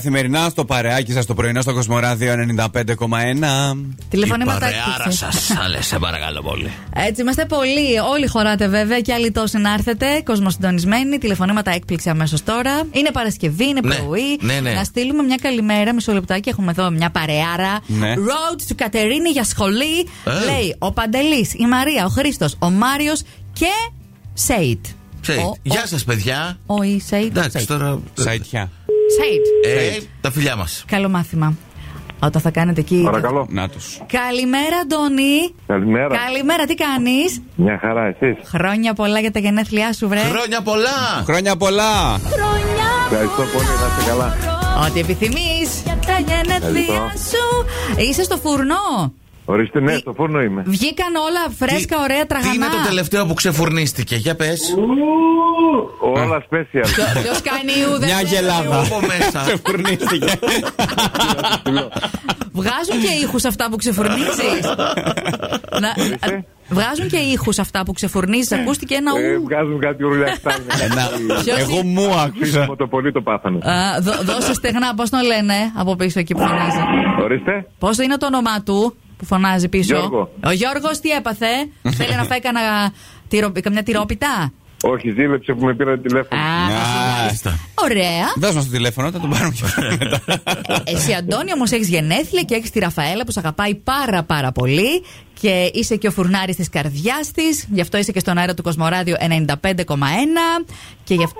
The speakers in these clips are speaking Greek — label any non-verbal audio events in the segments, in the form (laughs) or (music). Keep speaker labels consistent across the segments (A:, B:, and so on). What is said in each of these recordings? A: Καθημερινά στο παρεάκι σας το πρωινό στο Κοσμοράδιο 95,1.
B: Τηλεφωνήματα
C: Η παρεάρα
B: έκτακτης.
C: σα, άλλε, σε παρακαλώ πολύ.
B: Έτσι είμαστε πολλοί. Όλοι χωράτε βέβαια και άλλοι τόσοι να έρθετε. Κόσμος συντονισμένοι. Τηλεφωνήματα έκπληξη αμέσως τώρα. Είναι Παρασκευή, είναι
C: Ναι,
B: πρωί.
C: ναι, ναι.
B: Να στείλουμε μια καλημέρα. Μισό λεπτάκι. Έχουμε εδώ μια παρεάρα.
A: Ναι.
B: Road του Κατερίνη για σχολή.
C: Ε.
B: Λέει ο Παντελής, η Μαρία, ο Χρήστος, ο Μάριος και Σέιτ.
C: Ξέρετε,
B: Ο-
C: Γεια σας, παιδιά.
B: Ο ή Σέιτ.
C: Εντάξει,
B: Σέιτ.
C: τώρα.
A: Σαϊτιά.
C: Ε, τα φιλιά μας.
B: Καλό μάθημα. Όταν θα κάνετε εκεί.
D: Παρακαλώ.
A: Να τους.
B: Καλημέρα, Αντώνη.
D: Καλημέρα.
B: Καλημέρα, τι κάνεις.
D: Μια χαρά, εσείς.
B: Χρόνια πολλά για τα γενέθλιά σου, βρε.
C: Χρόνια πολλά!
A: Χρόνια πολλά!
D: Ευχαριστώ πολύ, να είστε καλά.
B: Ό,τι επιθυμείς για τα γενέθλιά
D: Ευχαριστώ.
B: σου. Ε, Είσαι στο φουρνό.
D: Ορίστε, ναι,
B: Τι-
D: στο φούρνο είμαι.
B: Βγήκαν όλα φρέσκα,
C: Τι-
B: ωραία, τραγανά.
C: Τι είναι το τελευταίο που ξεφουρνίστηκε, για πες.
D: Όλα special.
B: Ποιο κάνει ου, δεν
A: Μια
B: ξέρω.
A: γελάδα.
C: Από
A: (laughs)
C: μέσα.
A: Ξεφουρνίστηκε.
B: Βγάζουν και ήχους αυτά που ξεφουρνίζεις.
D: Ορίστε.
B: Βγάζουν και ήχους αυτά που ξεφουρνίζεις. Ακούστηκε ένα
D: Ε,
B: ου.
D: βγάζουν κάτι ουρλιακτά.
B: (laughs)
A: Ένα-
B: Ποιος
A: Εγώ
B: είναι?
A: μου άκουσα.
D: το πολύ το πάθανε.
B: Α, δώ- Δώσε στεγνά, πώς τον λένε από πίσω εκεί που φωνάζει.
D: Ορίστε.
B: Πώς είναι το όνομά του που φωνάζει πίσω.
D: Γιώργο.
B: Ο Γιώργος τι έπαθε. Θέλει να φάει κανένα τυρο- καμιά τυρόπιτα.
D: Όχι, ζήλεψε που με πήραν τηλέφωνο.
B: Α,
A: Μάλιστα.
B: Ωραία.
A: Δώσ' μας το τηλέφωνο, θα τον πάρουμε και
C: (laughs)
A: μετά.
B: Εσύ, Αντώνη, όμως έχεις γενέθλια και έχεις τη Ραφαέλα που σε αγαπάει πάρα πάρα πολύ και είσαι και ο φουρνάρης της καρδιάς της. Γι' αυτό είσαι και στον αέρα του Κοσμοράδιου 95,1 και γι' αυτό,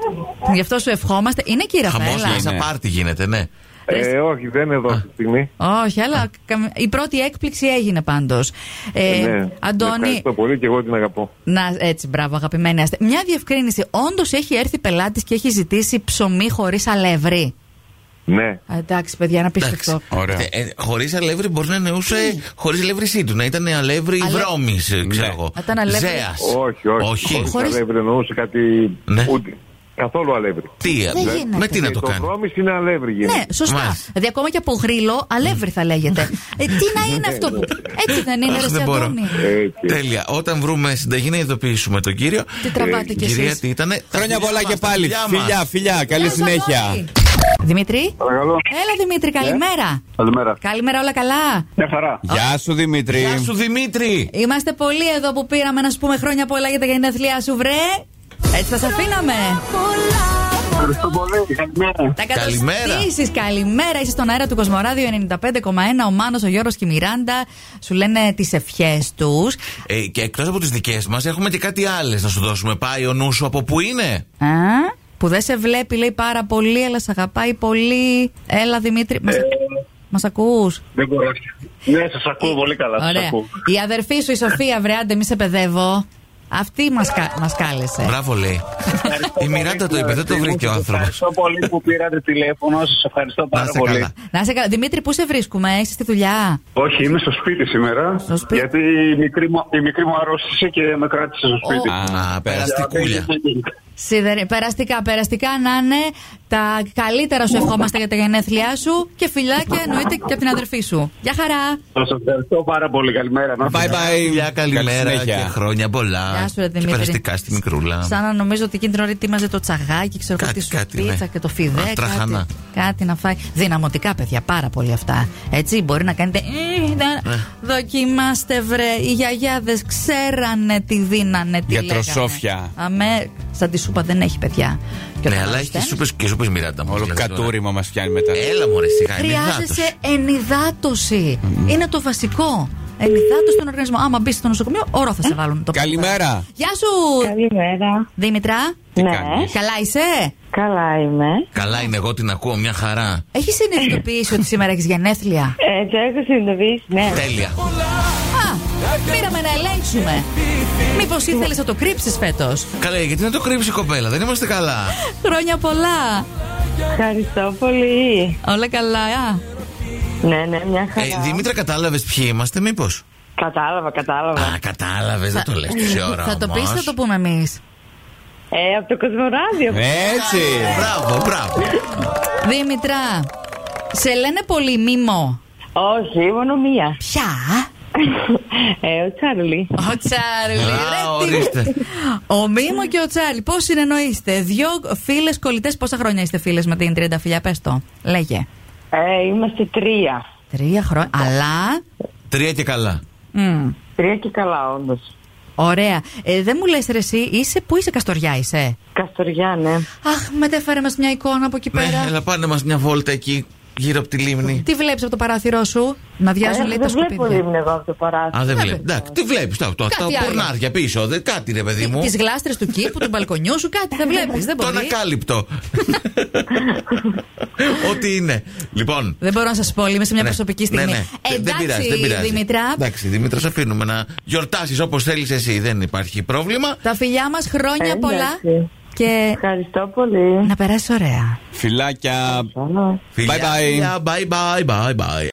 B: γι' αυτό σου ευχόμαστε. Είναι και η
C: Χαμό
B: Ραφαέλα.
C: μέσα
A: είναι.
C: πάρτι γίνεται, ναι.
D: Ε, όχι, δεν είναι εδώ αυτή τη στιγμή.
B: Όχι, αλλά καμ- η πρώτη έκπληξη έγινε πάντως. Ε,
D: ναι.
B: Αντώνη,
D: Ευχαριστώ πολύ και εγώ την αγαπώ.
B: να, έτσι, μπράβο, αγαπημένη. άστε. Μια διευκρίνηση. Όντως έχει έρθει πελάτης και έχει ζητήσει ψωμί χωρίς αλεύρι.
D: Ναι.
B: Εντάξει, παιδιά, να πιστευτώ.
A: Ωραία.
C: Χωρί Ε, αλεύρι μπορεί να εννοούσε. Χωρίς αλεύρι σύντου, να ήταν αλεύρι
B: Αλλά-
C: βρώμη,
A: Ναι.
C: ξέρω εγώ.
B: Να ήταν αλεύρι-
C: Ζέας.
D: Όχι, όχι.
C: Όχι.
B: Χωρίς-
D: αλεύρι, εννοούσε κάτι.
C: Ναι.
D: Ούτε. Καθόλου αλεύρι.
C: Τι,
B: γίνεται.
C: με τι να
D: Και
C: το κάνει.
D: βρώμης είναι αλεύρι γίνεται.
B: Ναι, σωστά.
C: Μάλιστα.
B: Δηλαδή, ακόμα και από γρήλο, αλεύρι θα λέγεται. ε, τι να είναι αυτό. Έτσι δεν είναι,
C: Αχ,
B: ρε
C: δεν μπορώ.
B: Σιαντώνη.
D: Έτσι.
C: Τέλεια. Όταν βρούμε συνταγή να ειδοποιήσουμε τον κύριο. Ε,
B: Τι τραβάτε κι
C: Κυρία,
B: εσείς.
C: τι ήταν.
A: Χρόνια πολλά και πάλι. Φιλιά, φιλιά. Καλή συνέχεια.
B: Δημήτρη.
D: Παρακαλώ.
B: Έλα, Δημήτρη, καλημέρα.
D: Ε? Καλημέρα.
B: Καλημέρα, όλα καλά.
D: Μια χαρά.
A: Γεια σου Δημήτρη.
C: Γεια σου Δημήτρη.
B: Είμαστε πολλοί εδώ που πήραμε να σου πούμε χρόνια πολλά για τα γενέθλιά σου, βρε. Έτσι θα σε αφήναμε.
D: Ευχαριστώ πολύ. Καλημέρα.
B: Τα
C: Καλημέρα.
B: καταστήσεις, καλημέρα. Είσαι στον αέρα του Κοσμοράδιο 95,1. Ο Μάνος, ο Γιώργος και η Μιράντα σου λένε τις ευχές τους.
C: Ε, και εκτός από τις δικές μας, έχουμε και κάτι άλλες να σου δώσουμε. Πάει ο νους σου από πού είναι.
B: Α, που δεν σε βλέπει, λέει πάρα πολύ, αλλά σε αγαπάει πολύ. Έλα, Δημήτρη.
D: Ε,
B: Μας, μας ακούς?
D: Δεν μπορώ. Ναι, σας ακούω πολύ καλά. σας
B: Ε, Ωραία.
D: ακούω.
B: Η αδερφή σου, η Σοφία, βρε, άντε, μη σε παιδεύω. Αυτή μας, κα- μας κάλεσε.
C: Μπράβο, λέει. Η Μιράντα το είπε, δεν το βρήκε ο άνθρωπο.
E: Ευχαριστώ πολύ που πήρατε τηλέφωνο. Σας ευχαριστώ
C: Να
E: πάρα
C: είστε
E: πολύ.
C: καλά.
B: Να σε καλά. Δημήτρη, πού σε βρίσκουμε, είσαι στη δουλειά.
E: Όχι, είμαι στο σπίτι σήμερα.
B: Στο σπίτι.
E: Γιατί η μικρή, μου, η μικρή μου αρρώστησε και με κράτησε στο σπίτι.
C: Α, περαστικούλια.
B: Σίδερη, περαστικά, περαστικά να είναι. Τα καλύτερα σου ευχόμαστε για τα γενέθλιά σου και φιλάκια εννοείται και από την αδερφή σου. Γεια χαρά.
E: Σας ευχαριστώ πάρα πολύ. Καλημέρα. Να είστε
A: Bye bye.
C: Φιλιά, καλημέρα και
A: συνέχεια.
C: χρόνια πολλά.
B: Γεια σου, ρε,
C: Και
B: Δημήτρη.
C: περαστικά στη
B: Σαν
C: μικρούλα.
B: να νομίζω ότι εκείνη την ώρα ετοίμαζε το τσαγάκι, ξέρω
C: Κάτι,
B: κάτι, σου
C: κάτι,
B: πίτσα
C: ναι.
B: και το φιδέ.
C: Α, τραχανά.
B: Κάτι, κάτι να φάει. Δυναμωτικά, παιδιά, πάρα πολύ αυτά. Έτσι, μπορεί να κάνετε. «Ε, να-
C: Ναι.
B: Δοκιμάστε, βρε. Οι γιαγιάδες ξέρανε τι δίνανε, τι
A: Γιατροσόφια.
B: λέγανε. Αμέ, σαν τη σούπα δεν έχει, παιδιά. Και
C: Ναι,
B: όταν
C: αλλά έχει
B: είστε,
C: και σούπες- και σούπες Μιράντα. μου,
A: Όλο
C: δηλαδή, τώρα.
A: κατούριμα μας πιάνει μετά.
C: Έλα μου, ρε, σιγά. είναι
B: Χρειάζεσαι
C: γάτος.
B: ενυδάτωση. Είναι το βασικό. Ενυδάτωση στον οργανισμό. Άμα μπεις στο νοσοκομείο, όρο θα σε βάλουν. Το
C: Ναι.
A: Καλημέρα.
B: Γεια σου,
F: Καλημέρα.
B: Δήμητρα.
A: Τι
F: Ναι.
C: Ε?
A: κάνεις?
B: Καλά είσαι.
F: Καλά είμαι.
C: Καλά είναι, εγώ την ακούω, μια χαρά.
B: Έχεις συνειδητοποιήσει ότι σήμερα έχεις γενέθλια.
F: Ε, το έχω συνειδητοποιήσει, ναι.
C: Τέλεια.
B: Α, πήραμε να ελέγξουμε. Μήπως ήθελες να το κρύψεις φέτος.
C: Καλά, γιατί να το κρύψει η κοπέλα, δεν είμαστε καλά.
B: Χρόνια πολλά.
F: Ευχαριστώ πολύ.
B: Όλα καλά. α.
F: Ναι, ναι, μια χαρά.
C: Ε, Δημήτρα, κατάλαβες ποιοι είμαστε, μήπως.
F: Κατάλαβα, κατάλαβα.
C: Α, κατάλαβες, δεν το λες τόση ώρα.
B: θα το πεις,
C: όμως.
B: θα το πούμε εμείς.
F: Ε, από το Κοσμοράδιο.
C: Ε. Ναι.
A: Έτσι.
C: Μπράβο, μπράβο.
B: Δήμητρα, σε λένε πολύ μήμο.
F: Όχι, μόνο μία.
B: Ποια?
F: Ε, ο Τσάρλι.
B: Ο Τσάρλι.
C: Α,
B: ρε, τι-
C: ορίστε.
B: Ο Μίμο και ο Τσάρλι. Πώς συνεννοείστε. Δύο φίλες κολλητές. Πόσα χρόνια είστε φίλες με την 30 φιλιά, πες το. Λέγε.
F: Ε, είμαστε τρία.
B: Τρία χρόνια. Αλλά.
C: Τρία και καλά.
B: μμ,
F: Τρία και καλά, όντως.
B: ωραία. Ε, δεν μου λες, ρε, εσύ, είσαι που είσαι, Καστοριά, είσαι.
F: Καστοριά, ναι.
B: Αχ, μετέφερε μας μια εικόνα από εκεί
C: Ναι,
B: πέρα.
C: έλα ναι. πάνε μας μια βόλτα εκεί γύρω από τη λίμνη.
B: Τι βλέπεις από το παράθυρό σου, να
F: Ε,
B: βιάζουν λέει τα
F: δεν βλέπω
B: σκουπίδια.
F: λίμνη εγώ από το παράθυρο.
C: Α, δεν
B: Ναι,
C: βλέπει.
B: βέβαια.
C: Εντάξει, τι βλέπεις. Τα, τα, τα
B: Κάτι άλλο.
C: πουρνάρια πίσω. Δεν, κάτι ρε, παιδί μου.
B: Τις γλάστρες του κήπου, του μπαλκονιού σου, κάτι δεν βλέπεις. Δεν
C: Το
B: μπορεί. (laughs)
C: ανακάλυπτο. Ό,τι είναι. Λοιπόν.
B: Δεν μπορώ να σας πω, είμαι σε μια
C: ναι,
B: προσωπική στιγμή. Ε,
C: ναι, ναι. Δεν- δεν πειράζει, δεν
B: Εντάξει,
C: πειράζει.
B: Δημητρά,
C: Εντάξει, Δημήτρα, σε αφήνουμε να γιορτάσεις όπως θέλεις εσύ. Δεν υπάρχει πρόβλημα.
B: τα φιλιά μας χρόνια
F: Ε, Εντάξει.
B: πολλά και
F: Ευχαριστώ πολύ.
B: να περάσει ωραία.
A: Φιλάκια.
F: Καλά.
A: Bye bye.
C: Bye bye, bye bye.